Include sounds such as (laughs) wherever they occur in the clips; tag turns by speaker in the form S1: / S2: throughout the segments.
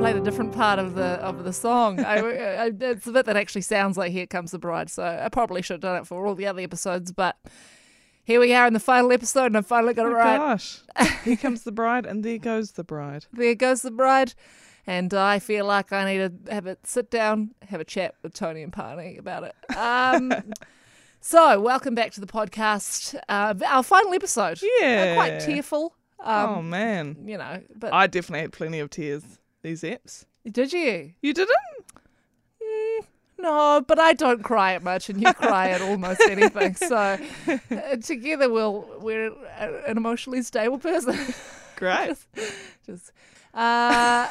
S1: a different part of the of the song.
S2: (laughs)
S1: I, I, it's the bit that actually sounds like "Here Comes the Bride." So I probably should have done it for all the other episodes, but here we are in the final episode, and I finally got it
S2: Oh,
S1: right.
S2: Gosh. Here comes the bride, and there goes the bride.
S1: There goes the bride. And I feel like I need to have a sit down, have a chat with Tony and Parney about it.
S2: (laughs)
S1: Um, so, welcome back to the podcast, uh, our final episode. Uh,
S2: Yeah.
S1: quite tearful, um,
S2: oh, man.
S1: you know. But
S2: I definitely had plenty of tears these eps.
S1: did you?
S2: You didn't?
S1: No, but I don't cry at much, and you cry at almost anything. So, uh, together we'll we're a- an emotionally stable person. (laughs)
S2: Great.
S1: Just, uh,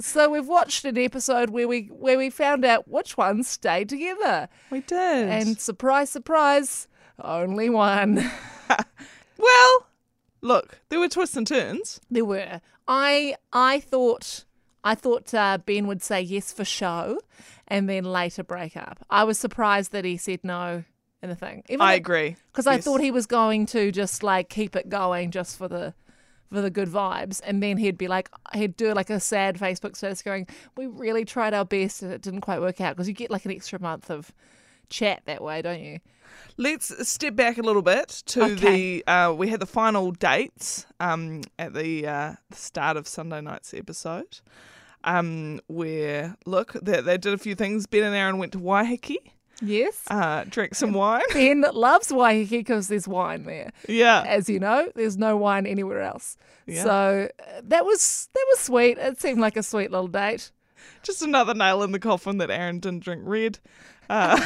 S1: so we've watched an episode where we where we found out which ones stay together,
S2: We did.
S1: and surprise, surprise, only one. (laughs)
S2: well, look, there were twists and turns.
S1: There were. I I thought I thought uh, Ben would say yes for show, and then later break up. I was surprised that he said no in the thing. Even
S2: I
S1: though-
S2: agree.
S1: because I
S2: Yes.
S1: thought he was going to just like keep it going just for the for the good vibes, and then he'd be like he'd do like a sad Facebook status going, "We really tried our best and it didn't quite work out," because you get like an extra month of chat that way, don't you?
S2: Let's step back a little bit to
S1: Okay.
S2: the. Uh, we had the final dates um, at the uh, start of Sunday night's episode, um, where look they, they did a few things. Ben and Aaron went to Waiheke,
S1: Yes.
S2: uh, drank some wine.
S1: (laughs) Ben loves Waiheke because there's wine there.
S2: yeah,
S1: As you know, there's no wine anywhere else.
S2: Yeah.
S1: So uh, that was that was sweet. It seemed like a sweet little date.
S2: just another nail in the coffin that Aaron didn't drink red. Uh,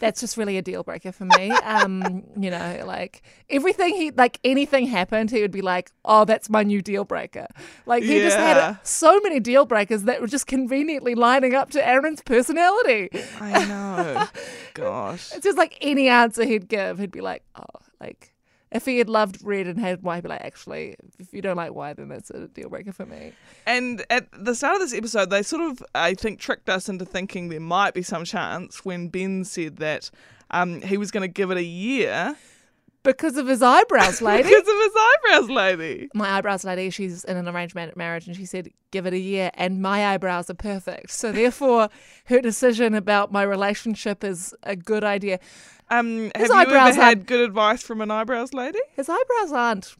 S1: that's just really a deal breaker for me. Um, you know, like everything he like anything happened, he would be like, "Oh, that's my new deal breaker." Like he just
S2: Yeah.
S1: had so many deal breakers that were just conveniently lining up to Aaron's personality.
S2: I (laughs) know. Gosh.
S1: It's just like any answer he'd give, he'd be like, "Oh, like." If he had loved red and hated white, he'd be like, actually, if you don't like white, then that's a deal breaker for me.
S2: And at the start of this episode, they sort of, I think, tricked us into thinking there might be some chance when Ben said that um, he was going to give it a year
S1: Because of his eyebrows, lady.
S2: because of his eyebrows, lady.
S1: my eyebrows lady, she's in an arranged ma- marriage, and she said, give it a year, and my eyebrows are perfect. So, therefore, (laughs) her decision about my relationship is a good idea.
S2: Um, have you ever
S1: eyebrows are-
S2: had good advice from an eyebrows lady?
S1: His eyebrows aren't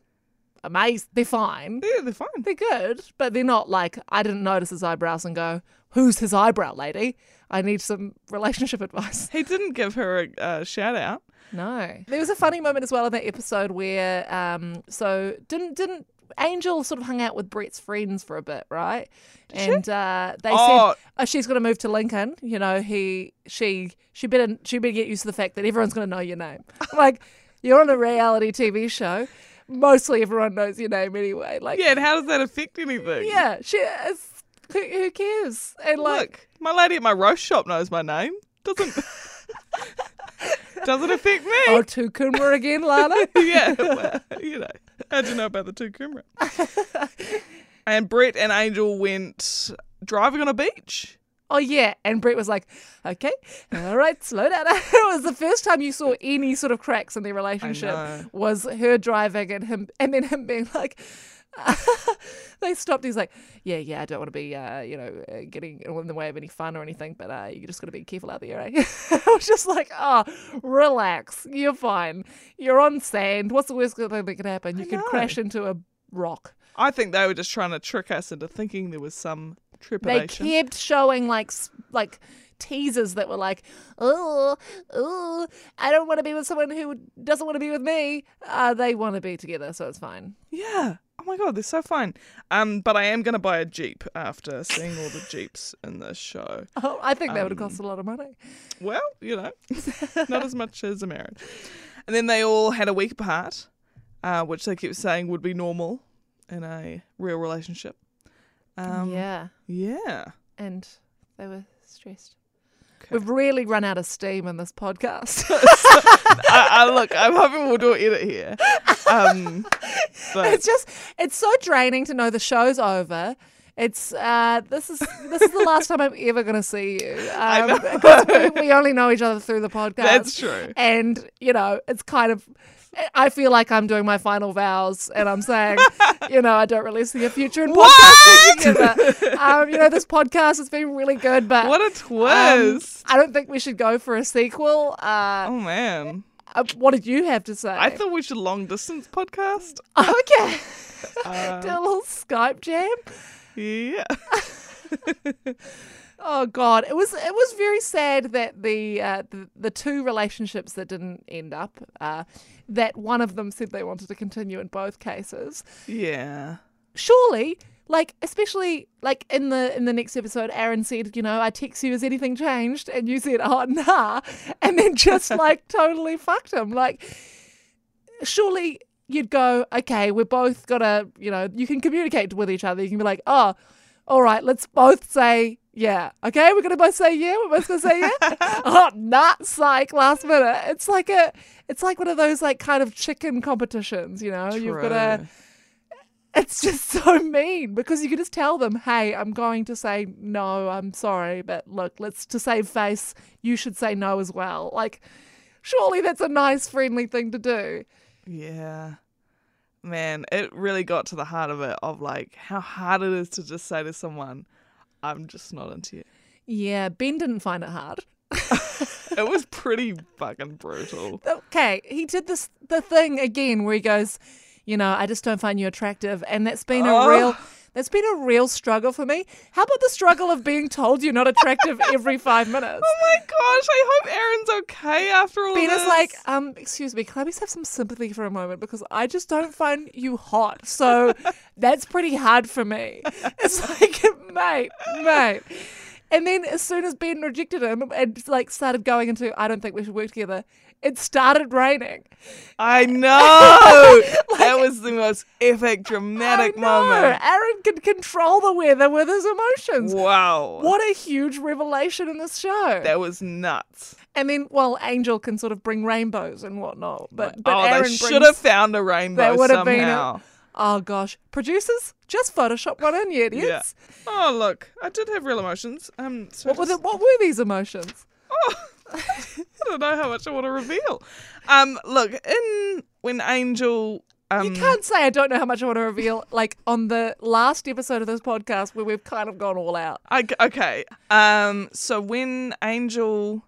S1: amazing. They're fine.
S2: Yeah, they're fine.
S1: They're good, but they're not like, I didn't notice his eyebrows and go, who's his eyebrow lady? I need some relationship (laughs) advice.
S2: He didn't give her a, a shout out.
S1: No. There was a funny moment as well in that episode where um so didn't didn't Angel sort of hung out with Brett's friends for a bit, right? and uh they
S2: Oh.
S1: said oh, she's gonna move to Lincoln, you know, he she she better she better get used to the fact that everyone's gonna know your name. (laughs) I'm like, you're on a reality TV show. Mostly everyone knows your name anyway. Like
S2: Yeah, and how does that affect anything?
S1: yeah, she it's, who, who cares? And like
S2: Look, my lady at my roast shop knows my name. Doesn't doesn't affect me.
S1: Oh, to Coomera again, Lana.
S2: (laughs) yeah, well, you know, how'd you know about the two Coomera?
S1: (laughs)
S2: and Brett and Angel went driving on a beach.
S1: oh yeah and brett was like okay all right slow down (laughs) it was the first time you saw any sort of cracks in their relationship
S2: know.
S1: was her driving and him and then him being like (laughs) they stopped he's like yeah yeah i don't want to be uh, you know uh, getting in the way of any fun or anything but uh, you just got to be careful out there eh? (laughs) i was just like oh relax you're fine you're on sand what's the worst thing that could happen you could
S2: know.
S1: crash into a rock
S2: I think they were just trying to trick us into thinking there was some
S1: they
S2: trepidation.
S1: kept showing like s- like teasers that were like, oh, oh, I don't want to be with someone who doesn't want to be with me. Uh, they want to be together, so it's fine.
S2: yeah. Oh my god, they're so fine. Um, but I am gonna buy a jeep after seeing all the jeeps in this show.
S1: Oh, I think that would have
S2: um,
S1: cost a lot of money.
S2: Well, you know,
S1: (laughs)
S2: not as much as a marriage. And then they all had a week apart, uh, which they kept saying would be normal in a real relationship. Um,
S1: yeah,
S2: yeah.
S1: and they were stressed.
S2: Okay.
S1: We've really run out of steam in this
S2: (laughs)
S1: podcast.
S2: I, I look, I'm hoping we'll do an
S1: (laughs)
S2: edit here. Um, but
S1: it's just it's so draining to know the show's over. It's uh, this is this is the last time I'm ever going to see
S2: (laughs)
S1: you. Um,
S2: know. (laughs)
S1: because we, we only know each other through the podcast.
S2: that's true.
S1: and you know it's kind of I feel like I'm doing my final vows and I'm
S2: (laughs)
S1: saying, you know, I don't really see a future in
S2: What?
S1: podcasting together. Um, you know, this podcast has been really good, but
S2: What a
S1: um,
S2: twist.
S1: I don't think we should go for a sequel. Uh,
S2: oh, man.
S1: uh, what did you have to say?
S2: I thought we should long distance podcast.
S1: (laughs) okay, (laughs) do
S2: Uh,
S1: a little Skype jam. (laughs)
S2: yeah.
S1: Oh God, it was it was very sad that the uh, the, the two relationships that didn't end up, uh, that one of them said they wanted to continue in both cases.
S2: Yeah.
S1: Surely, like especially like in the in the next episode, Aaron said, you know, I text you, has anything changed? And you said, oh (laughs) nah, and then just like totally fucked him. Like, surely you'd go, okay, we're both gotta, you know, you can communicate with each other. You can be like, oh, all right, let's both say yeah. Okay, we're gonna both say yeah. We're both gonna say yeah. (laughs) oh, not psych last minute. It's like a, it's like one of those like kind of chicken competitions. You know, Oh, you've got to.
S2: True.
S1: It's just so mean because you can just tell them, hey, I'm going to say no. I'm sorry, but look, let's to save face. You should say no as well. Like, surely that's a nice, friendly thing to do.
S2: Yeah. Man, it really got to the heart of it of like how hard it is to just say to someone, I'm just not into you.
S1: Yeah, Ben didn't find it hard.
S2: It was pretty fucking brutal.
S1: okay, he did this the thing again where he goes, you know, I just don't find you attractive, and that's been
S2: Oh.
S1: a real that's been a real struggle for me. How about the struggle of being told you're not attractive every five minutes?
S2: Oh my gosh, I hope Aaron's okay after all
S1: Ben
S2: this.
S1: is like, um, excuse me, can I please have some sympathy for a moment because I just don't find you
S2: (laughs)
S1: hot. So that's pretty hard for me. (laughs) It's like, (laughs) mate, mate. And then as soon as Ben rejected him and like started going into, I don't think we should work together, it started raining. (laughs)
S2: I know. that was the most epic, dramatic
S1: I
S2: moment.
S1: Aaron can control the weather with his emotions.
S2: Wow.
S1: What a huge revelation in this show.
S2: That was nuts.
S1: and then, well, Angel can sort of bring rainbows and whatnot, but, but
S2: oh,
S1: Aaron
S2: they should
S1: brings-
S2: have found a rainbow
S1: would
S2: somehow.
S1: have been a- Oh gosh, producers, just Photoshop one in, you idiots.
S2: Oh look, I did have real emotions. Um, so
S1: What were the, what were these emotions?
S2: I don't know how much I want to reveal. Um, look, in when Angel, um,
S1: You can't say I don't know how much I want to reveal. Like on the last episode of this podcast, where we've kind of gone all out.
S2: I, okay. Um, so when Angel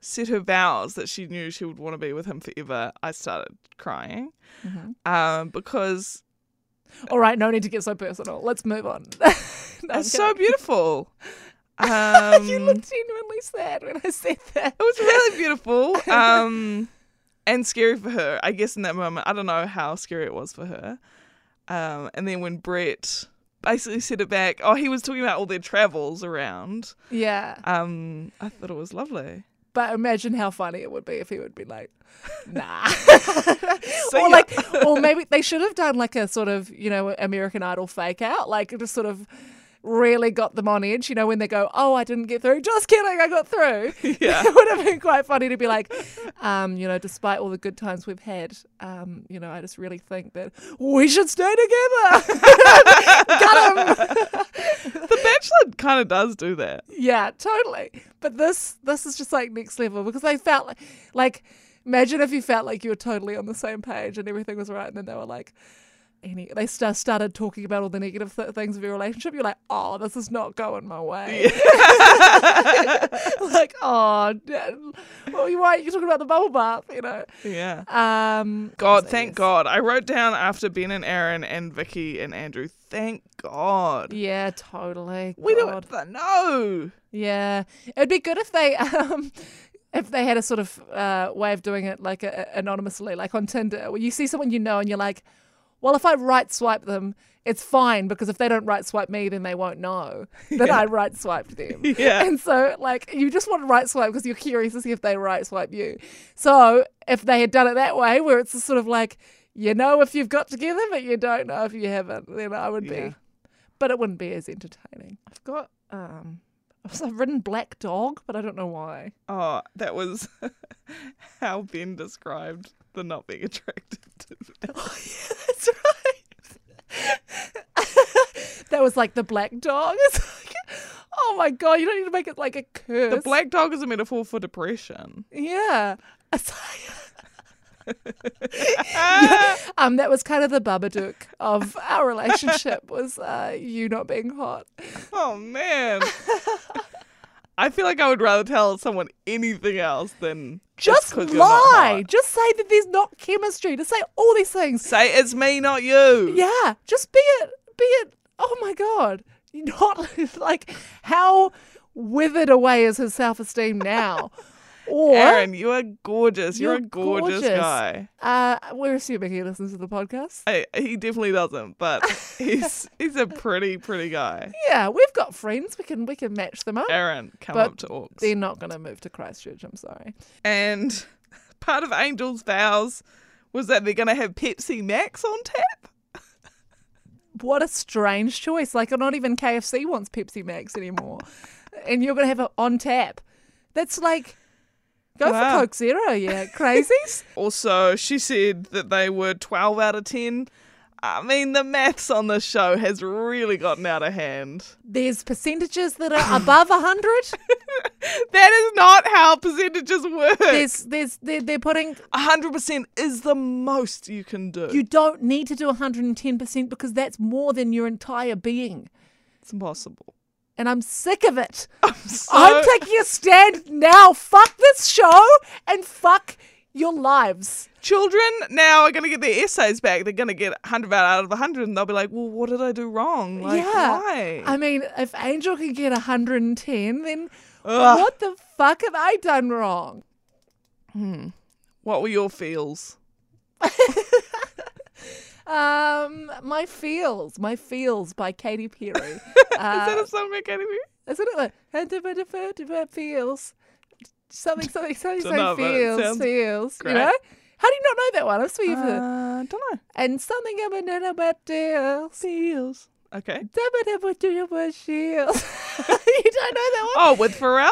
S2: said her vows that she knew she would want to be with him forever, I started crying. Um, because
S1: All right, no need to get so personal. Let's move on. (laughs) No, I'm
S2: it's so
S1: kidding.
S2: beautiful. Um,
S1: (laughs) you look genuinely sad when I said that.
S2: It was
S1: (laughs)
S2: really beautiful. Um, and scary for her, I guess, in that moment. I don't know how scary it was for her. Um, and then when Brett basically said it back, oh, he was talking about all their travels around.
S1: Yeah,
S2: Um, I thought it
S1: (gasps)
S2: was lovely.
S1: but imagine how funny it would be if he would be like,
S2: (laughs)
S1: "Nah,"
S2: See ya.
S1: or like, or maybe they should have done like a sort of you know American Idol fake out, like just sort of really got them on edge. You know when they go, "Oh, I didn't get through," just kidding, I got through.
S2: Yeah.
S1: (laughs) it would have been quite funny to be like, um, you know, despite all the good times we've had, um, you know, I just really think that we should stay together. (laughs) Got 'em.
S2: (laughs) The Bachelor kind of does do that.
S1: Yeah, totally. But this this is just like next level because they felt like like imagine if you felt like you were totally on the same page and everything was right, and then they were like. Any, they st- started talking about all the negative th- things of your relationship. You're like, oh, this is not going my way. (laughs) like, oh, d- well, you- why are you talking about the bubble bath? You know.
S2: Yeah.
S1: Um,
S2: God,
S1: so
S2: thank
S1: yes.
S2: God. I wrote down after Ben and Aaron and Vicky and Andrew, thank God.
S1: Yeah, totally.
S2: We
S1: God. (laughs)
S2: don't know.
S1: Yeah, it'd be good if they (laughs) um if they had a sort of uh, way of doing it like a, a- anonymously, like on Tinder, where you see someone you know and you're like, well, if I right swipe them, it's fine because if they don't right swipe me, then they won't know (laughs) that I right swiped them.
S2: Yeah.
S1: (laughs) And so, like, you just want to right swipe because you're curious to see if they right swipe you. So, if they had done it that way, where it's just sort of like, you know, if you've got together, but you don't know if you haven't, then I would be.
S2: Yeah.
S1: But it wouldn't be as entertaining. I've got, um, I've written Black Dog, but I don't know why.
S2: Oh, that was (laughs) how Ben described the not being attracted to them.
S1: Oh, yeah, (laughs) that's right. (laughs) that was like the Black Dog. (laughs) It's like, oh my God, you don't need to make it like a curse. (laughs)
S2: The black dog is a metaphor for depression.
S1: Yeah. It's like-
S2: Ah,
S1: um, that was kind of the Babadook of our
S2: (laughs)
S1: relationship was uh, you not being hot.
S2: Oh man. I feel like I would rather tell someone anything else than
S1: Just
S2: 'cause you're not
S1: lie.
S2: hot.
S1: Just say that there's not chemistry. Just say all these things.
S2: Say it's me, not you.
S1: Yeah. Just be it. Be it. Oh my god. Not (laughs) like how withered away is his self esteem
S2: (laughs)
S1: now. Or
S2: Aaron, you are gorgeous. You're, a
S1: You're
S2: gorgeous,
S1: gorgeous.
S2: guy.
S1: uh, we're assuming he listens to the podcast.
S2: I, he definitely doesn't, but
S1: (laughs)
S2: he's he's a pretty pretty guy.
S1: Yeah, we've got friends. We can we can match them up.
S2: Aaron, come
S1: But
S2: up to Orcs.
S1: They're not going to move to Christchurch. I'm sorry.
S2: and (laughs) part of Angel's vows was that they're gonna have Pepsi Max on tap.
S1: What a strange choice. Like not even KFC wants Pepsi Max anymore, and you're going to have it on tap. That's like go
S2: Wow.
S1: for Coke Zero. Yeah, crazies.
S2: Also, she said that they were twelve out of ten. I mean, the maths on this show has really gotten out of hand.
S1: There's percentages that are above hundred.
S2: That is not how percentages work.
S1: There's there's they're, they're putting.
S2: hundred percent is the most you can do.
S1: You don't need to do 110 percent because that's more than your entire being.
S2: it's impossible.
S1: And I'm sick of it.
S2: So-
S1: (laughs) I'm taking a stand now. Fuck this show and fuck your lives.
S2: children now are going to get their essays back. They're going to get 100 out of 100, and they'll be like, well, what did I do wrong? Like,
S1: yeah.
S2: why?
S1: I mean, if Angel can get 110, then
S2: Ugh.
S1: what the fuck have I done wrong?
S2: What were your feels?
S1: Um, my feels, my feels by Katy Perry.
S2: (laughs) Is that
S1: uh,
S2: a song by Katy Perry?
S1: isn't it like "And if it- if it- if it feels something something something
S2: Don't know,
S1: something
S2: but it
S1: feels
S2: sounds
S1: feels?
S2: great.
S1: You know? How do you not know that one? I'm sweet. Uh,
S2: Uh, don't know.
S1: and something I'm a banana but deals.
S2: Feels. Okay.
S1: shield. (laughs) you don't know that one?
S2: Oh, with Pharrell?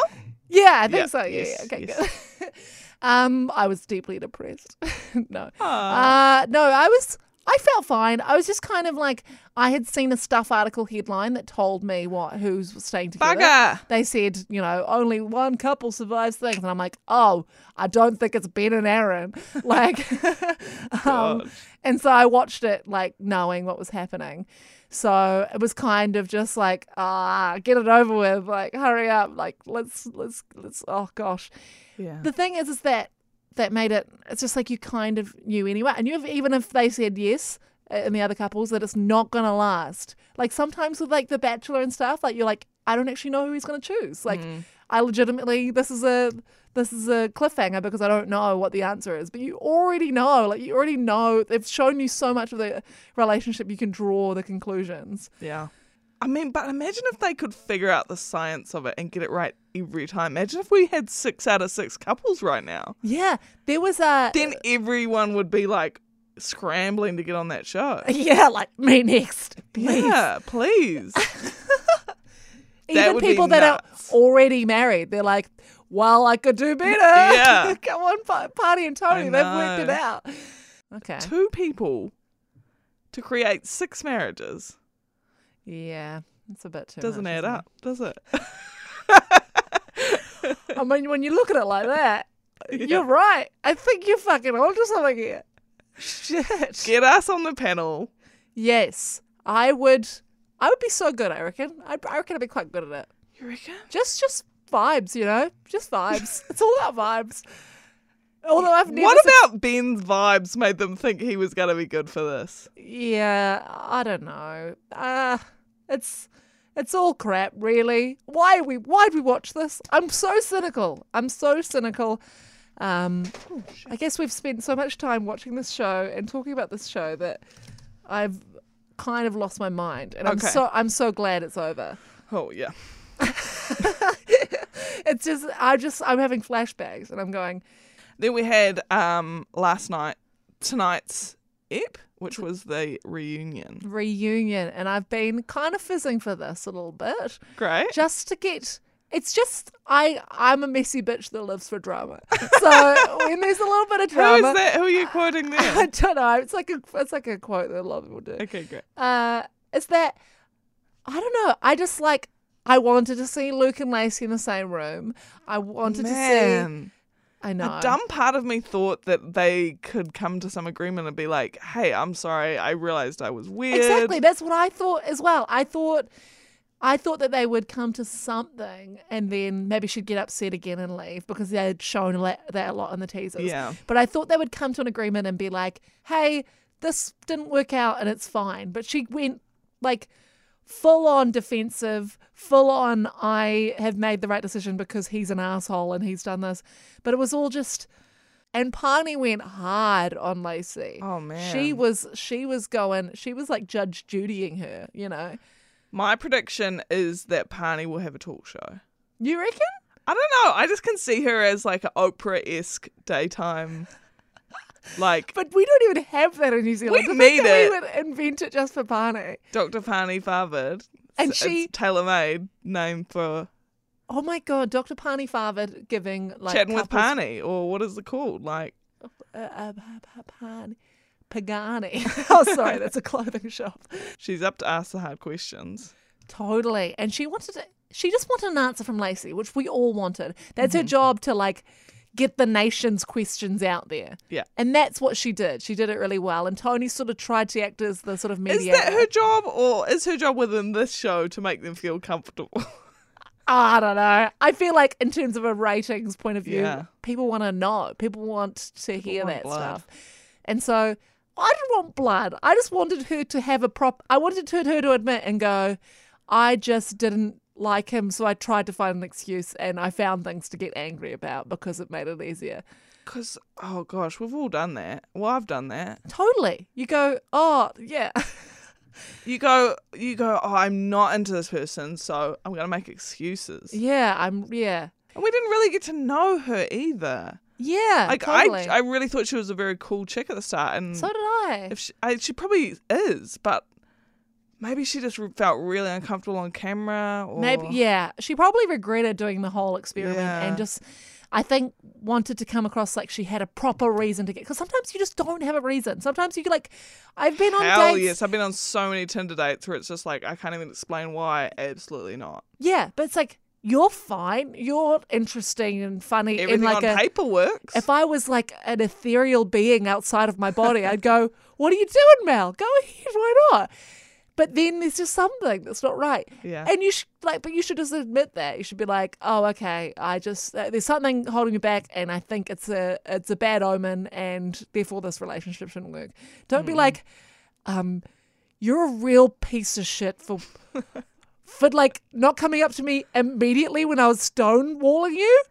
S1: Yeah, I think
S2: yeah,
S1: so. Yeah,
S2: yes,
S1: yeah. Okay, good. (laughs) um, I was deeply depressed. (laughs) no.
S2: Ah.
S1: Uh, no, I was. I felt fine. I was just kind of like I had seen a stuff article headline that told me what who's staying together.
S2: Bugger.
S1: They said, you know, only one couple survives things, and I'm like, oh, I don't think it's Ben and Aaron. (laughs) Like, um,
S2: God.
S1: and so I watched it like knowing what was happening. So it was kind of just like, ah, get it over with. Like, hurry up. Like, let's let's let's. Oh gosh.
S2: yeah.
S1: The thing is, is that that made it. It's just like you kind of knew anyway, and you have even if they said yes uh, in the other couples that it's not gonna last. Like sometimes with like The Bachelor and stuff, like you're like, I don't actually know who he's gonna choose. Like I legitimately, this is a this is a cliffhanger because I don't know what the answer is. But you already know, like you already know. They've shown you so much of the relationship, you can draw the conclusions.
S2: Yeah. I mean, but imagine if they could figure out the science of it and get it right every time. Imagine if we had six out of six couples right now.
S1: Yeah, there was a
S2: Then everyone would be like scrambling to get on that show.
S1: (laughs) yeah, like (laughs) me next, please.
S2: Yeah, please. That
S1: even
S2: would be
S1: people that
S2: nuts.
S1: are already married, they're like, "Well, I could do better."
S2: Yeah.
S1: (laughs) come on, Pa- Party and Tony, they've worked it
S2: know.
S1: out. Okay.
S2: Two people to create six marriages
S1: Yeah, it's a bit too.
S2: doesn't
S1: much,
S2: add
S1: isn't
S2: up, does it?
S1: it? I mean, when you look at it
S2: (laughs)
S1: like that, you're right. I think you're fucking onto something here. Shit.
S2: Get us on the panel.
S1: (laughs) yes, I would. I would be so good. I reckon. I, I reckon I'd be quite good at it.
S2: You reckon?
S1: Just, just vibes, you know. Just vibes. (laughs) it's all about vibes. Although I've never.
S2: What
S1: suc-
S2: about Ben's vibes made them think he was going to be good for this?
S1: Yeah, I don't know. Uh, it's it's all crap, really. Why are we why'd we watch this? I'm so cynical. I'm so cynical. Um, I guess we've spent so much time watching this show and talking about this show that I've kind of lost my mind, and I'm
S2: Okay.
S1: so I'm so glad it's over.
S2: Oh, yeah.
S1: It's just I just I'm having flashbacks, and I'm going,
S2: Then we had um last night, tonight's ep, which was the reunion.
S1: reunion and I've been kind of fizzing for this a little bit
S2: Great.
S1: just to get it's just I I'm a messy bitch that lives for drama.
S2: (laughs)
S1: So when there's a little bit of
S2: Who is
S1: drama
S2: that? Who are you quoting
S1: (laughs) I
S2: (laughs) there?
S1: don't know. It's like a it's like a quote that a lot of people do.
S2: okay, great.
S1: Uh it's that I don't know. I just like I wanted to see Luke and Lacey in the same room. I wanted to see
S2: Man.
S1: I know.
S2: A dumb part of me thought that they could come to some agreement and be like, "Hey, I'm sorry. I realized I was weird."
S1: Exactly. That's what I thought as well. I thought I thought that they would come to something and then maybe she'd get upset again and leave because they had shown la- that a lot in the teasers.
S2: Yeah.
S1: But I thought they would come to an agreement and be like, hey, this didn't work out and it's fine. But she went like full on defensive, full on, I have made the right decision because he's an asshole and he's done this. But it was all just. And Parney went hard on Lacey.
S2: Oh man.
S1: She was she was going she was like Judge Judying her, you know.
S2: My prediction is that Parney will have a talk show.
S1: You reckon?
S2: I don't know. I just can see her as like an Oprah esque daytime.
S1: (laughs)
S2: Like
S1: But we don't even have that in New Zealand.
S2: We
S1: To think
S2: made
S1: that
S2: it.
S1: We would invent it just for Barney.
S2: Dr. Parney Farvard.
S1: And
S2: It's-
S1: she-
S2: it's tailor-made name for
S1: Oh my god, Dr. Parney Farvad giving like
S2: chatting with
S1: couples-
S2: Parney or what is it called? Like
S1: Uh, uh, Pa- Pa- Parney. Pagani. (laughs) oh, sorry, that's a clothing shop.
S2: she's up to ask the hard questions.
S1: Totally. And she wanted to, she just wanted an answer from Lacey, which we all wanted. That's
S2: Mm-hmm.
S1: her job to like get the nation's questions out there.
S2: Yeah.
S1: And that's what she did. She did it really well. And Tony sort of tried to act as the sort of
S2: Is
S1: mediator.
S2: that her job or is her job within this show to make them feel comfortable? (laughs)
S1: I don't know. I feel like in terms of a ratings point of view,
S2: Yeah.
S1: people want to know. People want to hear
S2: want
S1: that
S2: blood.
S1: stuff. And so I didn't want blood. I just wanted her to have a prop. I wanted her, her to admit and go, I just didn't like him. So I tried to find an excuse and I found things to get angry about because it made it easier.
S2: Because oh gosh, we've all done that. Well, I've done that.
S1: Totally. You go, oh, yeah. (laughs)
S2: You go, you go. Oh, I'm not into this person, so I'm gonna make excuses.
S1: yeah, I'm, yeah.
S2: And we didn't really get to know her either.
S1: Yeah.
S2: Like
S1: totally.
S2: I, I really thought she was a very cool chick at the start, and
S1: so did I.
S2: if she, I, she probably is, but maybe she just re- felt really uncomfortable on camera. Or
S1: Maybe yeah. She probably regretted doing the whole experiment
S2: Yeah.
S1: and just I think wanted to come across like she had a proper reason to get because sometimes you just don't have a reason. Sometimes you like I've been on
S2: Hell
S1: dates.
S2: yes, I've been on so many Tinder dates where it's just like I can't even explain why. Absolutely not.
S1: Yeah, but it's like you're fine. You're interesting and funny
S2: Everything
S1: and like
S2: on
S1: a
S2: paper works.
S1: if I was like an ethereal being outside of my body, I'd go, What are you doing, Mel? Go ahead, why not? But then there's just something that's not right.
S2: Yeah.
S1: And you should like, but you should just admit that. You should be like, Oh, okay, I just uh, there's something holding me back, and I think it's a it's a bad omen, and therefore this relationship shouldn't work. Don't be like, um, you're a real piece of shit for. For like not coming up to me immediately when I was stonewalling you,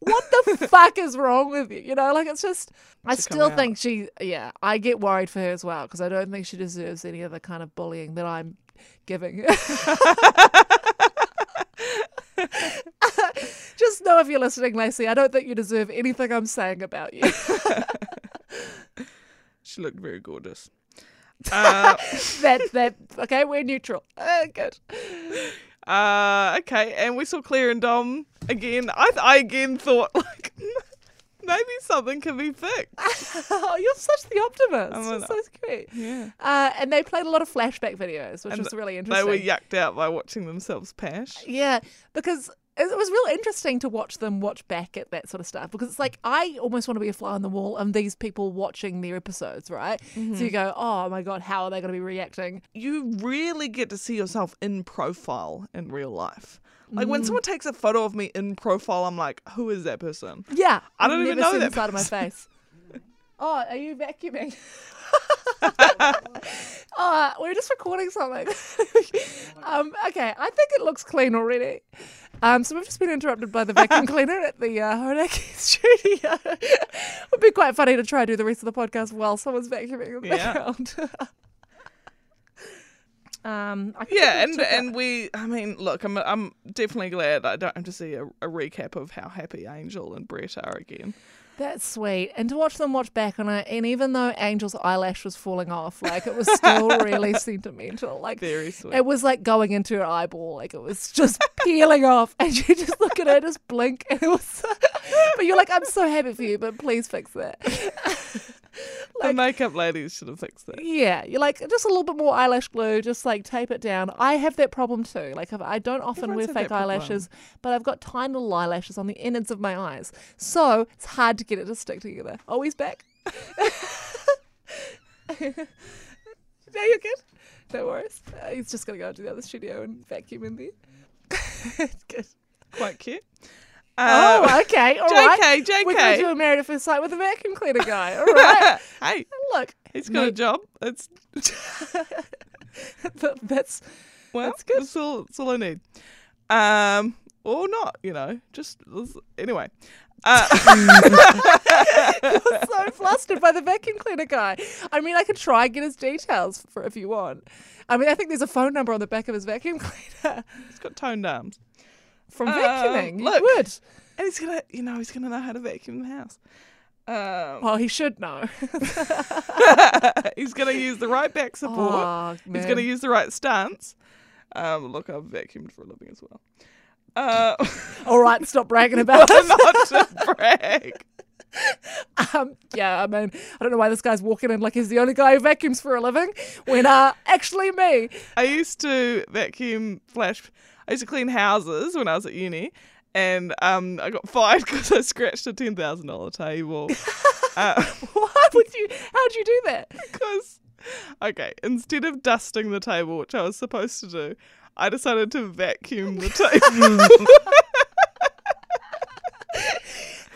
S1: what the
S2: (laughs)
S1: fuck is wrong with you? You know, like it's just. I
S2: Should come
S1: still
S2: out.
S1: think she. Yeah, I get worried for her as well because I don't think she deserves any of the kind of bullying that I'm giving her. (laughs) just know if you're listening, Lacey, I don't think you deserve anything I'm saying about
S2: (laughs)
S1: you.
S2: she looked
S1: (laughs)
S2: very gorgeous. Uh,
S1: that that okay, we're neutral. (laughs) Uh, good.
S2: Uh, okay, and we saw Claire and Dom again. I, I again thought (laughs) like maybe something can be
S1: (laughs)
S2: fixed.
S1: oh, you're such the optimist.
S2: I'm
S1: You're
S2: an-
S1: so cute.
S2: Yeah,
S1: Uh, and they played a lot of flashback videos, which
S2: And
S1: was really
S2: they
S1: interesting.
S2: were yucked out by watching themselves pash.
S1: Yeah, because it was real interesting to watch them watch back at that sort of stuff because it's like I almost want to be a fly on the wall and these people watching their episodes, right? So
S2: Mm-hmm.
S1: you go, oh my god, how are they going to be reacting?
S2: You really get to see yourself in profile in real life. Like when someone takes a photo of me in profile, I'm like, who is that person?
S1: Yeah,
S2: I don't
S1: I've
S2: even
S1: never
S2: know
S1: seen
S2: that
S1: the side of my face. (laughs) oh, are you
S2: (laughs)
S1: vacuuming? (laughs) oh, we're just recording something. (laughs) um, okay, I think it looks clean already. Um, so we've just been interrupted by the vacuum
S2: (laughs)
S1: cleaner at the uh, Hodaki (laughs) studio. (laughs) Would be quite funny to try and do the rest of the podcast while someone's vacuuming in the
S2: Yeah.
S1: background. (laughs) um, I can (laughs)
S2: Yeah,
S1: definitely
S2: and
S1: check out-
S2: and we, I mean, look, I'm I'm definitely glad I don't have to see a, a recap of how happy Angel and Brett are again.
S1: That's sweet. And to watch them watch back on it, and even though Angel's eyelash was falling off, like it was still
S2: (laughs)
S1: really sentimental. Like
S2: Very sweet.
S1: it was like going into her eyeball, like it was just peeling off, and you just look at her, just blink, (laughs) and it was. but you're like, I'm so happy for you, but please fix that. (laughs)
S2: the
S1: Like-
S2: makeup ladies should have
S1: (laughs)
S2: fixed that.
S1: Yeah, you're like just a little bit more eyelash glue, just like tape it down. I have that problem too. Like if I don't often
S2: Everyone's
S1: wear
S2: had that
S1: fake eyelashes, but I've got tiny little eyelashes on the innards of my eyes, so it's hard to get it to stick together. Always back. (laughs) now you're good. No worries. Uh, he's just gonna go into the other studio and vacuum in there. (laughs) good.
S2: Quite cute. Uh,
S1: oh, okay. All right.
S2: JK,
S1: We're gonna do
S2: JK.
S1: a married at first sight with a vacuum cleaner guy. All
S2: (laughs)
S1: right.
S2: hey,
S1: Look, (laughs)
S2: he's got a
S1: Mate.
S2: job. It's
S1: th- that's
S2: well,
S1: That's good.
S2: That's all, that's all I need. Um, or not, you know. Just anyway. Uh, (laughs)
S1: (laughs) so flustered by the vacuum cleaner guy. I mean, I could try and get his details for if you want. I mean, I think there's a phone number on the back of his vacuum (laughs) cleaner
S2: he's got toned arms,
S1: from
S2: Um,
S1: vacuuming. You
S2: look.
S1: would.
S2: and he's gonna, you know, he's gonna know how to vacuum the house. Um,
S1: Well, he should know. (laughs)
S2: (laughs) he's gonna use the right back support.
S1: Oh,
S2: He's
S1: man.
S2: going to use the right stance. Um, look, I've vacuumed for a living as well. Uh, (laughs)
S1: All right, stop bragging about it.
S2: not to brag.
S1: Um, yeah, I mean, I don't know why this guy's walking in like he's the only guy who vacuums for a living when uh, actually me. (laughs)
S2: I used to vacuum flash. I used to clean houses when I was at uni, and um, I got fired (laughs) because I scratched a ten thousand dollar table.
S1: Why would you? How'd you do that?
S2: Because okay, instead of dusting the table, which I was supposed to do, I decided to vacuum the table.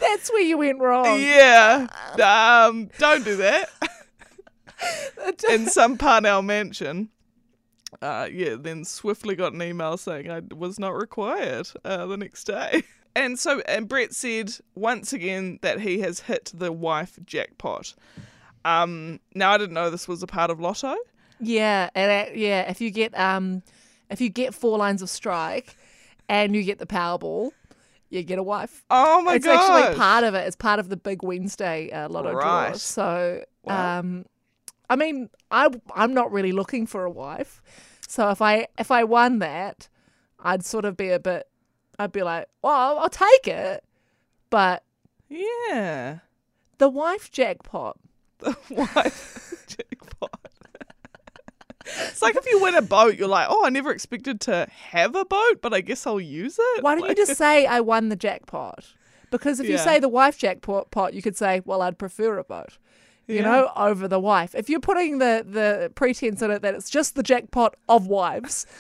S1: That's where you went wrong.
S2: (laughs) yeah, um, don't do that. in some Parnell mansion. Uh, yeah, then swiftly got an email saying I was not required uh, the next day. (laughs) And so, and Brett said once again that he has hit the wife jackpot. Um, now I didn't know this was a part of Lotto.
S1: Yeah, and uh, yeah, if you get um, if you get four lines of strike, and you get the Powerball, you get a wife.
S2: Oh my
S1: it's
S2: god!
S1: actually part of it. It's part of the big Wednesday uh, lotto draw.
S2: Right.
S1: So,
S2: Wow.
S1: um, I mean, I I'm not really looking for a wife. So if I if I won that, I'd sort of be a bit. I'd be like, well, I'll take it, but
S2: yeah, (laughs)
S1: the wife jackpot.
S2: the wife jackpot. it's like if you win a boat, you're like, oh, I never expected to have a boat, but I guess I'll use
S1: (laughs)
S2: it.
S1: Why don't you
S2: Like-
S1: just say I won the jackpot? Because if you
S2: Yeah.
S1: say the wife jackpot, pot, you could say, "Well, I'd prefer a boat," you
S2: Yeah.
S1: know, over the wife. If you're putting the the pretense in it that it's just the jackpot of wives, (laughs)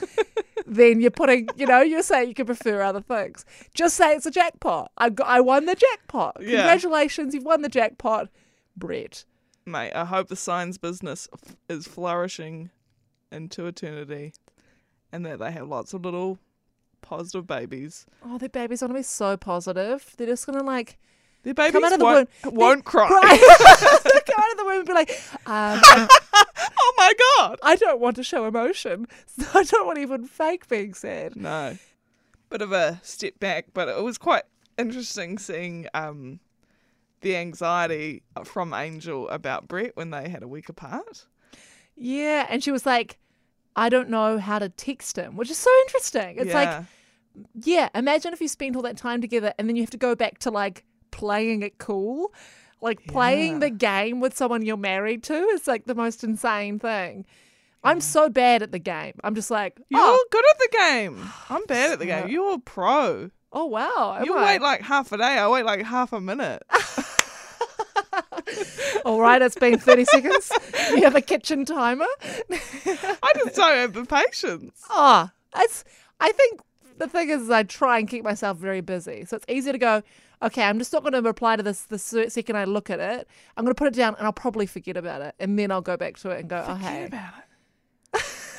S1: then you're putting, you know, you're saying you could prefer other things. Just say it's a jackpot. I got, I won the jackpot.
S2: Yeah.
S1: Congratulations, you've won the jackpot, Brett.
S2: Mate, I hope the signs business f- is flourishing into eternity and that they have lots of little positive babies.
S1: Oh, the baby's gonna be so positive. They're just gonna like
S2: Their babies
S1: out of the
S2: won't,
S1: womb.
S2: won't cry.
S1: cry. (laughs) Come out of the womb and be like, um,
S2: (laughs) Oh my God.
S1: I don't want to show emotion. (laughs) So I don't want to even fake being sad.
S2: No. Bit of a step back, but it was quite interesting seeing um, the anxiety from Angel about Brett when they had a week apart.
S1: Yeah. And she was like, I don't know how to text him, which is so interesting. It's like,
S2: Yeah.
S1: yeah, imagine if you spent all that time together and then you have to go back to like playing it cool. Like playing
S2: Yeah.
S1: the game with someone you're married to is like the most insane thing. I'm so bad at the game. I'm just like,
S2: You're
S1: oh,
S2: good at the game. I'm bad
S1: (sighs)
S2: at the
S1: Yeah.
S2: game. You're a pro.
S1: oh wow. am
S2: You
S1: I?
S2: wait like half a day. I wait like half a minute.
S1: (laughs) all right, it's been 30 seconds. (laughs) You have a kitchen timer.
S2: I just don't have the patience.
S1: (laughs) Ah, that's. I think the thing is, is I try and keep myself very busy, so it's easy to go. Okay, I'm just not going to reply to this the se- second I look at it. I'm going to put it down, and I'll probably forget about it, and then I'll go back to it and go, oh hey.
S2: Forget about it.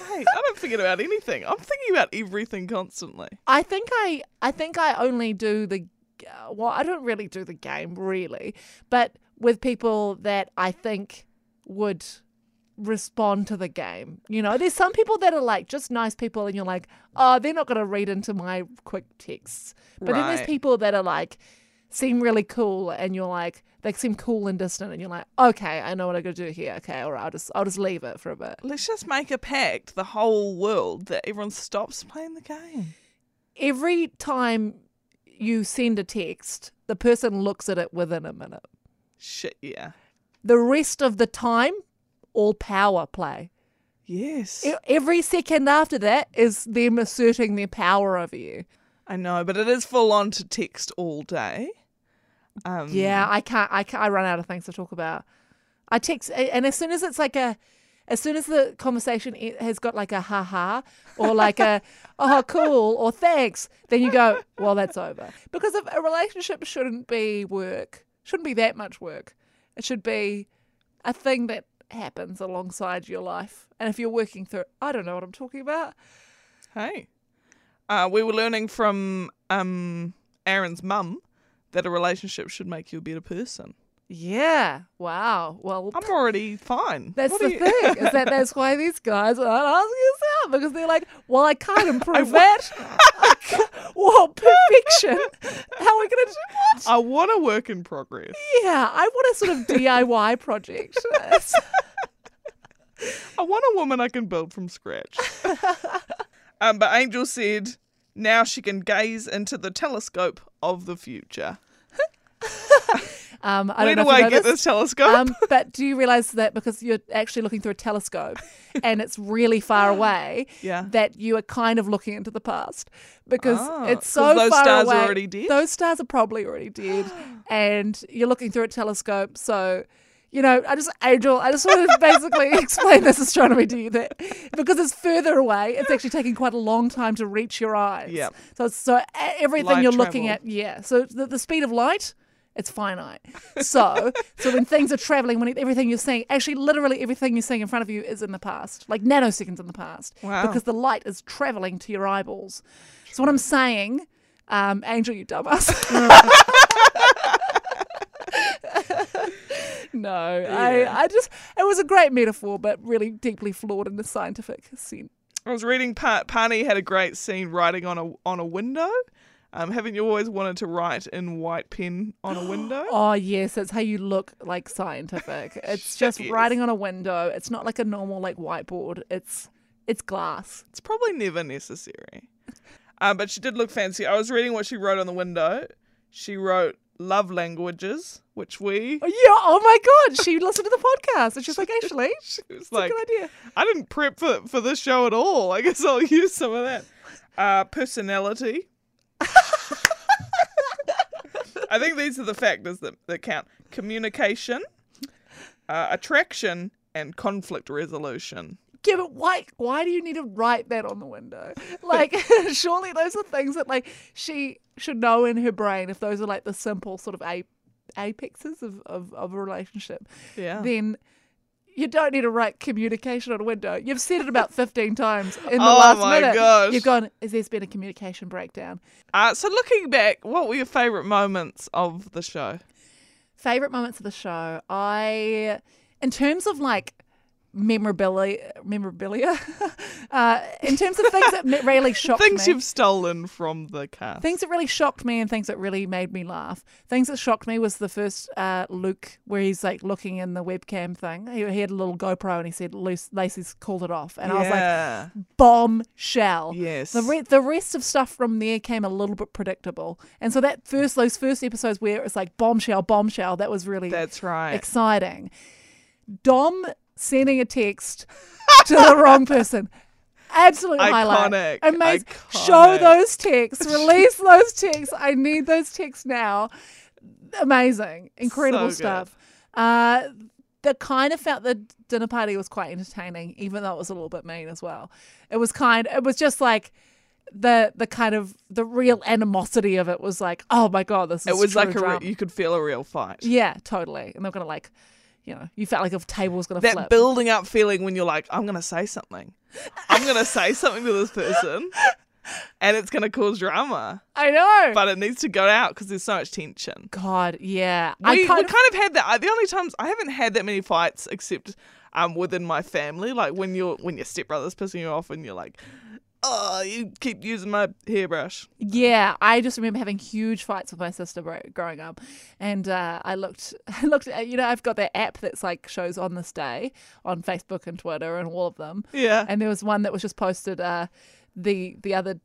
S2: hey, I don't forget about anything. I'm thinking about everything constantly.
S1: I think I I think I only do the uh, well I don't really do the game really, but with people that I think would respond to the game. You know, there's some people that are like just nice people and you're like, "Oh, they're not going to read into my quick texts." But then there's
S2: Right.
S1: people that are like seem really cool and you're like they seem cool and distant and you're like, "Okay, I know what I'm going to do here. Okay, all right, I'll just I'll just leave it for a bit."
S2: Let's just make a pact, the whole world, that everyone stops playing the game.
S1: every time you send a text, the person looks at it within a minute.
S2: Shit, yeah.
S1: The rest of the time, all power play.
S2: Yes.
S1: E- Every second after that is them asserting their power over you.
S2: I know, but it is full on to text all day. Um,
S1: Yeah, I can't. I can't, I run out of things to talk about. I text, and as soon as it's like a, as soon as the conversation e- has got like a ha ha or like a oh cool or thanks, then you go well that's over because if a relationship shouldn't be work, shouldn't be that much work. It should be a thing that happens alongside your life, and if you're working through, I don't know what I'm talking about.
S2: Hey. Uh, we were learning from um, Aaron's mum that a relationship should make you a better person.
S1: Yeah. Wow. Well,
S2: I'm already fine.
S1: That's
S2: What
S1: the
S2: do you-
S1: thing is
S2: (laughs)
S1: that that's why these guys are not asking us out because they're like, well, I
S2: (laughs)
S1: can't improve
S2: wa-
S1: that. I
S2: (laughs)
S1: can't- well, perfection. How are we gonna do what?
S2: I want a work in progress.
S1: Yeah, I want a sort of DIY project. It's-
S2: I want a woman I can build from scratch. (laughs) um, but Angel said now she can gaze into the telescope of the future.
S1: um, I
S2: Where
S1: don't know
S2: do
S1: if you
S2: I
S1: know
S2: get
S1: this.
S2: this telescope?
S1: Um, but do you realize that because you're actually looking through a
S2: (laughs)
S1: telescope and it's really far away,
S2: Yeah.
S1: that you are kind of looking into the past because
S2: Ah,
S1: it's so
S2: 'cause those
S1: far
S2: stars are
S1: away.
S2: already dead?
S1: Those stars are probably already
S2: (gasps)
S1: dead, and you're looking through a telescope. So, you know, I just Angel, I just wanted to basically (laughs) explain this astronomy to you that because it's further away, it's actually taking quite a long time to reach your eyes.
S2: Yep.
S1: So, it's, so e- everything
S2: Light
S1: you're looking
S2: travel.
S1: at, yeah. So the, the speed of light. It's finite. So,
S2: (laughs)
S1: so when things are traveling, when everything you're seeing, actually, literally everything you're seeing in front of you is in the past, like nanoseconds in the past
S2: Wow.
S1: because the light is traveling to your eyeballs. So what I'm saying, um, Angel, you
S2: (laughs)
S1: dumbass. no,
S2: Yeah.
S1: I, I just it was a great metaphor, but really deeply flawed in the scientific sense.
S2: I was reading pa- Pani had a great scene writing on a on a window. Um, haven't you always wanted to write in white pen
S1: (gasps)
S2: on a window?
S1: Oh yes, it's how you look like (laughs) scientific. It's just
S2: Yes.
S1: writing on a window. It's not like a normal like whiteboard. It's it's glass.
S2: It's probably never necessary. Uh, but she did look fancy. I was reading what she wrote on the window. She wrote love languages, which we. (laughs)
S1: Oh, yeah. Oh my (laughs) god, she listened to the podcast and she's like, (laughs) actually, it's
S2: It was
S1: a
S2: like
S1: good idea.
S2: I didn't prep for for this show at all. I guess I'll use some of that. Uh, personality. I think these are the factors that, that count: communication, uh, attraction, and conflict resolution.
S1: Yeah, but why? Why do you need to write that on the (laughs) window? Like, surely those are things that like she should know in her brain. If those are like the simple sort of a- apexes of, of of a relationship,
S2: Yeah.
S1: then you don't need to write communication on a window. You've said it about fifteen times in the
S2: Oh
S1: last
S2: my
S1: minute.
S2: gosh.
S1: You've gone. Is there's been a communication breakdown?
S2: Uh, so looking back, what were your favourite moments of the show?
S1: Favorite moments of the show. I, in terms of like memorabilia, memorabilia, (laughs) uh, in terms of things that really
S2: (laughs)
S1: shocked
S2: Things
S1: me.
S2: you've stolen from the cast.
S1: Things that really shocked me and things that really made me laugh. Things that shocked me was the first uh, Luke where he's like looking in the webcam thing. He, he had a little GoPro and he said Luce, Lacey's called it off, and I was like,
S2: yeah.
S1: bombshell.
S2: Yes.
S1: The re- the rest of stuff from there came a little bit predictable, and so that first those first episodes where it was like bombshell, bombshell, that was really
S2: That's right.
S1: exciting. Dom sending a text (laughs) to the wrong person. Absolute
S2: Iconic,
S1: highlight. Amazing. Show
S2: iconic.
S1: those
S2: (laughs)
S1: texts. Release those texts. I need those texts now. Amazing. Incredible
S2: So good.
S1: stuff. Uh, the kind of felt the dinner party was quite entertaining, even though it was a little bit mean as well. It was kind. It was just like the the kind of the real animosity of it was like, oh my god, this is
S2: it was
S1: true
S2: like a re-
S1: drama.
S2: you could feel a real fight.
S1: Yeah, totally. And they're gonna like, you know, you felt like a table was gonna
S2: that
S1: flip.
S2: building up feeling when you're like, I'm gonna say something. I'm
S1: (laughs)
S2: gonna say something to this person, and it's gonna cause drama.
S1: I know.
S2: But it needs to go out because there's so much tension.
S1: God, yeah.
S2: We, we
S1: I kind of,
S2: had that. I- The only times I haven't had that many fights except um within my family, like when your when your stepbrother's pissing you off and you're like, oh, you keep using my hairbrush.
S1: yeah. I just remember having huge fights with my sister bro- growing up, and uh, I looked, (laughs) I looked at you know I've got that app that's like shows on this day on Facebook and Twitter and all of them,
S2: Yeah.
S1: and there was one that was just posted uh, the the other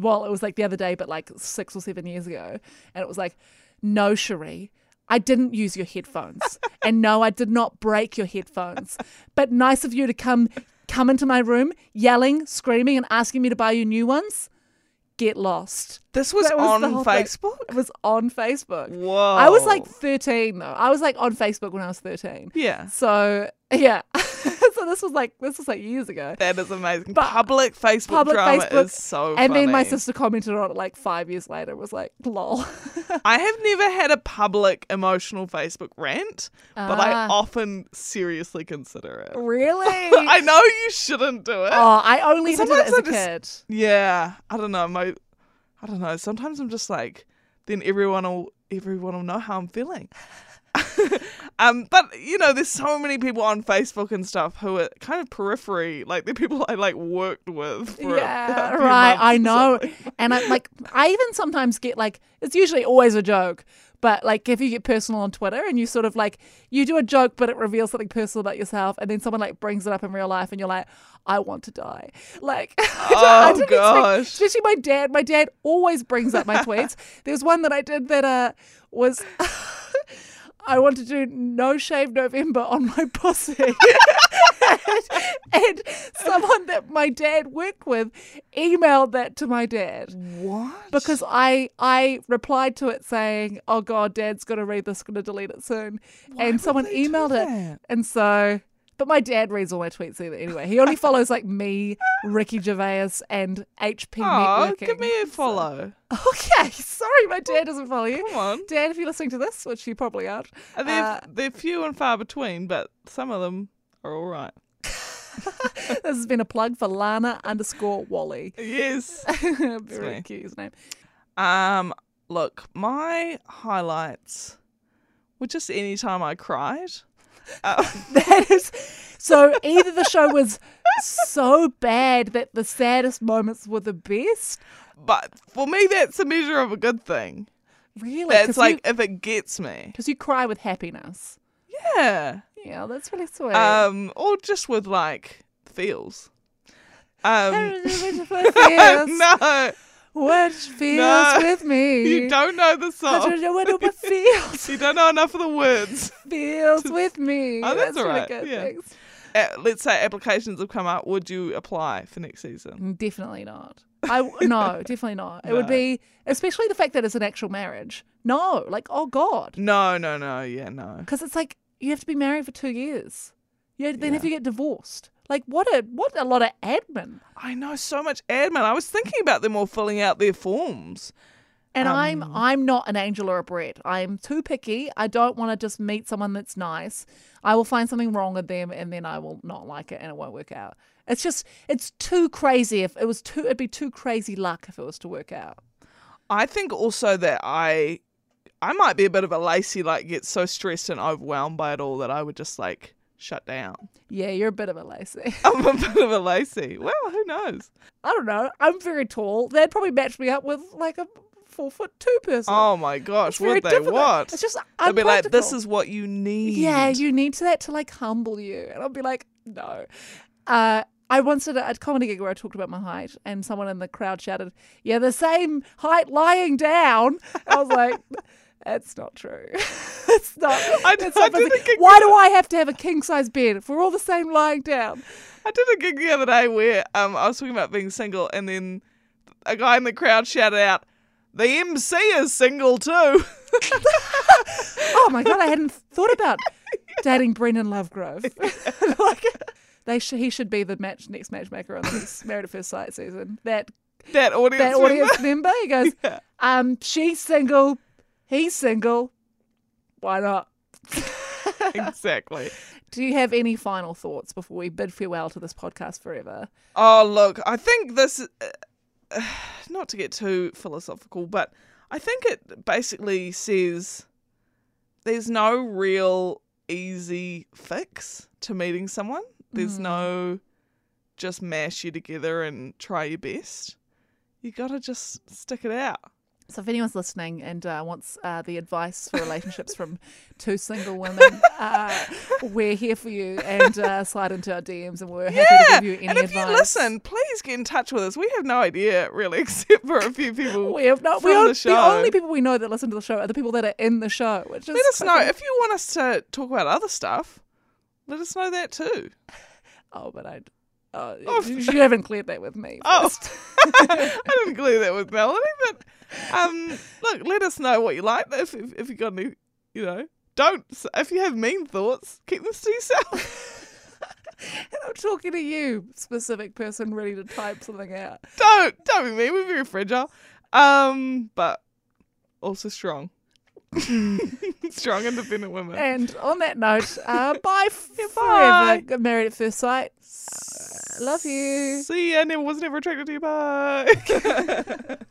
S1: well it was like the other day but like six or seven years ago and it was like no cherie I didn't use your headphones. and no, I did not break your headphones. But nice of you to come come into my room yelling, screaming and asking me to buy you new ones. Get lost.
S2: This was,
S1: That was
S2: on
S1: the whole thing.
S2: Facebook.
S1: It was on Facebook.
S2: Whoa.
S1: I was like 13 though. I was like on Facebook when I was 13.
S2: yeah.
S1: So, yeah. (laughs) so this was like this was like years ago.
S2: That is amazing.
S1: But-
S2: public Facebook
S1: Public
S2: drama
S1: Facebook-
S2: is so
S1: And then my
S2: funny.
S1: sister commented on it like 5 years later was like, "Lol." (laughs)
S2: I have never had a public emotional Facebook rant, but I
S1: Ah.
S2: often seriously consider it.
S1: Really?
S2: (laughs) I know you shouldn't do it.
S1: Oh, I only ever did it as a
S2: Sometimes I
S1: kid.
S2: Yeah, I don't know. My, I don't know. Sometimes I'm just like, then everyone will everyone will know how I'm feeling. (laughs) um, but you know, there's so many people on Facebook and stuff who are kind of periphery. Like they're people I like worked with. For a-
S1: yeah,
S2: (laughs) a few
S1: right.
S2: months
S1: I
S2: or
S1: know.
S2: something.
S1: And I like I even sometimes get like it's usually always a joke, but like if you get personal on Twitter and you sort of like you do a joke but it reveals something personal about yourself and then someone like brings it up in real life and you're like, I want to die. (laughs) Like I
S2: Oh,
S1: didn't expect-
S2: gosh.
S1: especially my dad. My dad always brings up my
S2: (laughs)
S1: tweets. There's one that I did that uh was (laughs) I want to do no shave November on my (laughs) pussy. and, and someone that my dad worked with emailed that to my dad
S2: What?
S1: because I I replied to it saying, "Oh God, Dad's gonna read this, gonna delete it soon," and someone
S2: they do
S1: emailed it,
S2: that?
S1: and so. But my dad reads all my tweets either anyway. He only follows like me, Ricky Gervais, and HP
S2: Oh,
S1: Networking.
S2: give me a follow.
S1: Okay, sorry, my dad doesn't follow you.
S2: Come on.
S1: Dad, if you're listening to this, which you probably aren't,
S2: Uh, They're, (laughs)
S1: uh,
S2: they're few and far between, but some of them are all right.
S1: this has been a plug for Lana underscore Wally. (laughs)
S2: Yes.
S1: Very
S2: me.
S1: cute his name.
S2: (laughs) Um, look, my highlights were just any time I cried. Um,
S1: (laughs) That is so either the show was so bad that the saddest moments were the best.
S2: but for me, that's a measure of a good thing.
S1: Really?
S2: That's like
S1: you,
S2: if it gets me.
S1: cause you cry with happiness.
S2: Yeah.
S1: Yeah, that's really sweet.
S2: Um, or just with like feels. (laughs) Um,
S1: no,
S2: (laughs) no,
S1: which feels
S2: No.
S1: with me.
S2: you don't know the
S1: I
S2: song.
S1: don't
S2: (laughs)
S1: know what it feels (laughs)
S2: You don't know enough of the words.
S1: feels with me.
S2: Oh, that's all
S1: really
S2: right,
S1: good.
S2: yeah.
S1: Thanks.
S2: Uh, let's say applications have come up. Would you apply for next season?
S1: Mm, Definitely not. I w- no, definitely not. It would
S2: (laughs) No.
S1: be especially the fact that it's an actual marriage. No, like oh god.
S2: No, no, no. Yeah, no.
S1: because it's like you have to be married for two years. You then if
S2: Yeah.
S1: you get divorced, like what a what a lot of admin.
S2: I know so much admin. I was thinking about them all filling out their forms.
S1: And I'm I'm not an angel or a Brett. I'm too picky. I don't want to just meet someone that's nice. I will find something wrong with them, and then I will not like it, and it won't work out. It's just it's too crazy. If it was too, it'd be too crazy luck if it was to work out.
S2: I think also that I I might be a bit of a lacy, like get so stressed and overwhelmed by it all that I would just like shut down. (laughs)
S1: Yeah, you're a bit of a lazy. (laughs)
S2: I'm a bit of a lacy. Well, who knows?
S1: I don't know. I'm very tall. They'd probably match me up with like a four foot two person.
S2: Oh my gosh,
S1: It's very
S2: would they
S1: difficult.
S2: what?
S1: It's just
S2: They'd
S1: I'm
S2: be like, this
S1: practical.
S2: is what you need.
S1: Yeah, you need to that to like humble you. And I'll be like, no. Uh, I once did a, a comedy gig where I talked about my height, and someone in the crowd shouted, "You're the same height lying down." I was like, (laughs) "That's not true. (laughs) it's not.
S2: I
S1: that's
S2: know, I
S1: not possible.
S2: did a gig
S1: Why do I have to have a king size bed if we're all the same lying down?"
S2: I did a gig the other day where um I was talking about being single and then a guy in the crowd shouted out, The MC is single too. (laughs)
S1: Oh my god, I hadn't (laughs) thought
S2: (laughs)
S1: about dating Brendan Lovegrove. (laughs) like, they sh- he should be the match next matchmaker on this Married at First Sight season. That
S2: that audience
S1: that
S2: member.
S1: audience member. He goes,
S2: (laughs) Yeah.
S1: um, she's single, he's single. Why
S2: (laughs)
S1: not?
S2: exactly.
S1: Do you have any final thoughts before we bid farewell to this podcast forever?
S2: Oh, look, I think this, uh, (sighs) not to get too philosophical, but I think it basically says there's no real easy fix to meeting someone. There's
S1: Mm.
S2: no just mash you together and try your best. You got to just stick it out.
S1: So if anyone's listening and uh, wants uh, the advice for relationships (laughs) from two single women, uh, we're here for you and uh, slide into our DMs and we're happy to give you any
S2: and if
S1: advice.
S2: you listen, please get in touch with us. We have no idea really, (laughs) except for a few people.
S1: (laughs) we have not. We
S2: from
S1: are,
S2: the
S1: the,
S2: show.
S1: only people we know that listen to the show are the people that are in the show, which is
S2: let us
S1: quite
S2: know
S1: funny.
S2: if you want us to talk about other stuff. Let us know that too.
S1: Oh, but I.
S2: Oh.
S1: Oh, you, you haven't cleared that with me.
S2: Oh.
S1: first.
S2: (laughs) I didn't glue that with Melanie, but um, look, let us know what you like. If if, if you got any, you know, don't. s- If you have mean thoughts, keep them to
S1: (laughs)
S2: yourself.
S1: And I'm talking to you, specific person ready to type something out.
S2: don't don't be mean. We're very fragile, um, but also strong, (laughs) strong independent women.
S1: Mm. And on that note, uh, bye
S2: bye.
S1: forever. Married at first sight. Uh, love you. (laughs)
S2: See, I never was never attracted to you. Bye.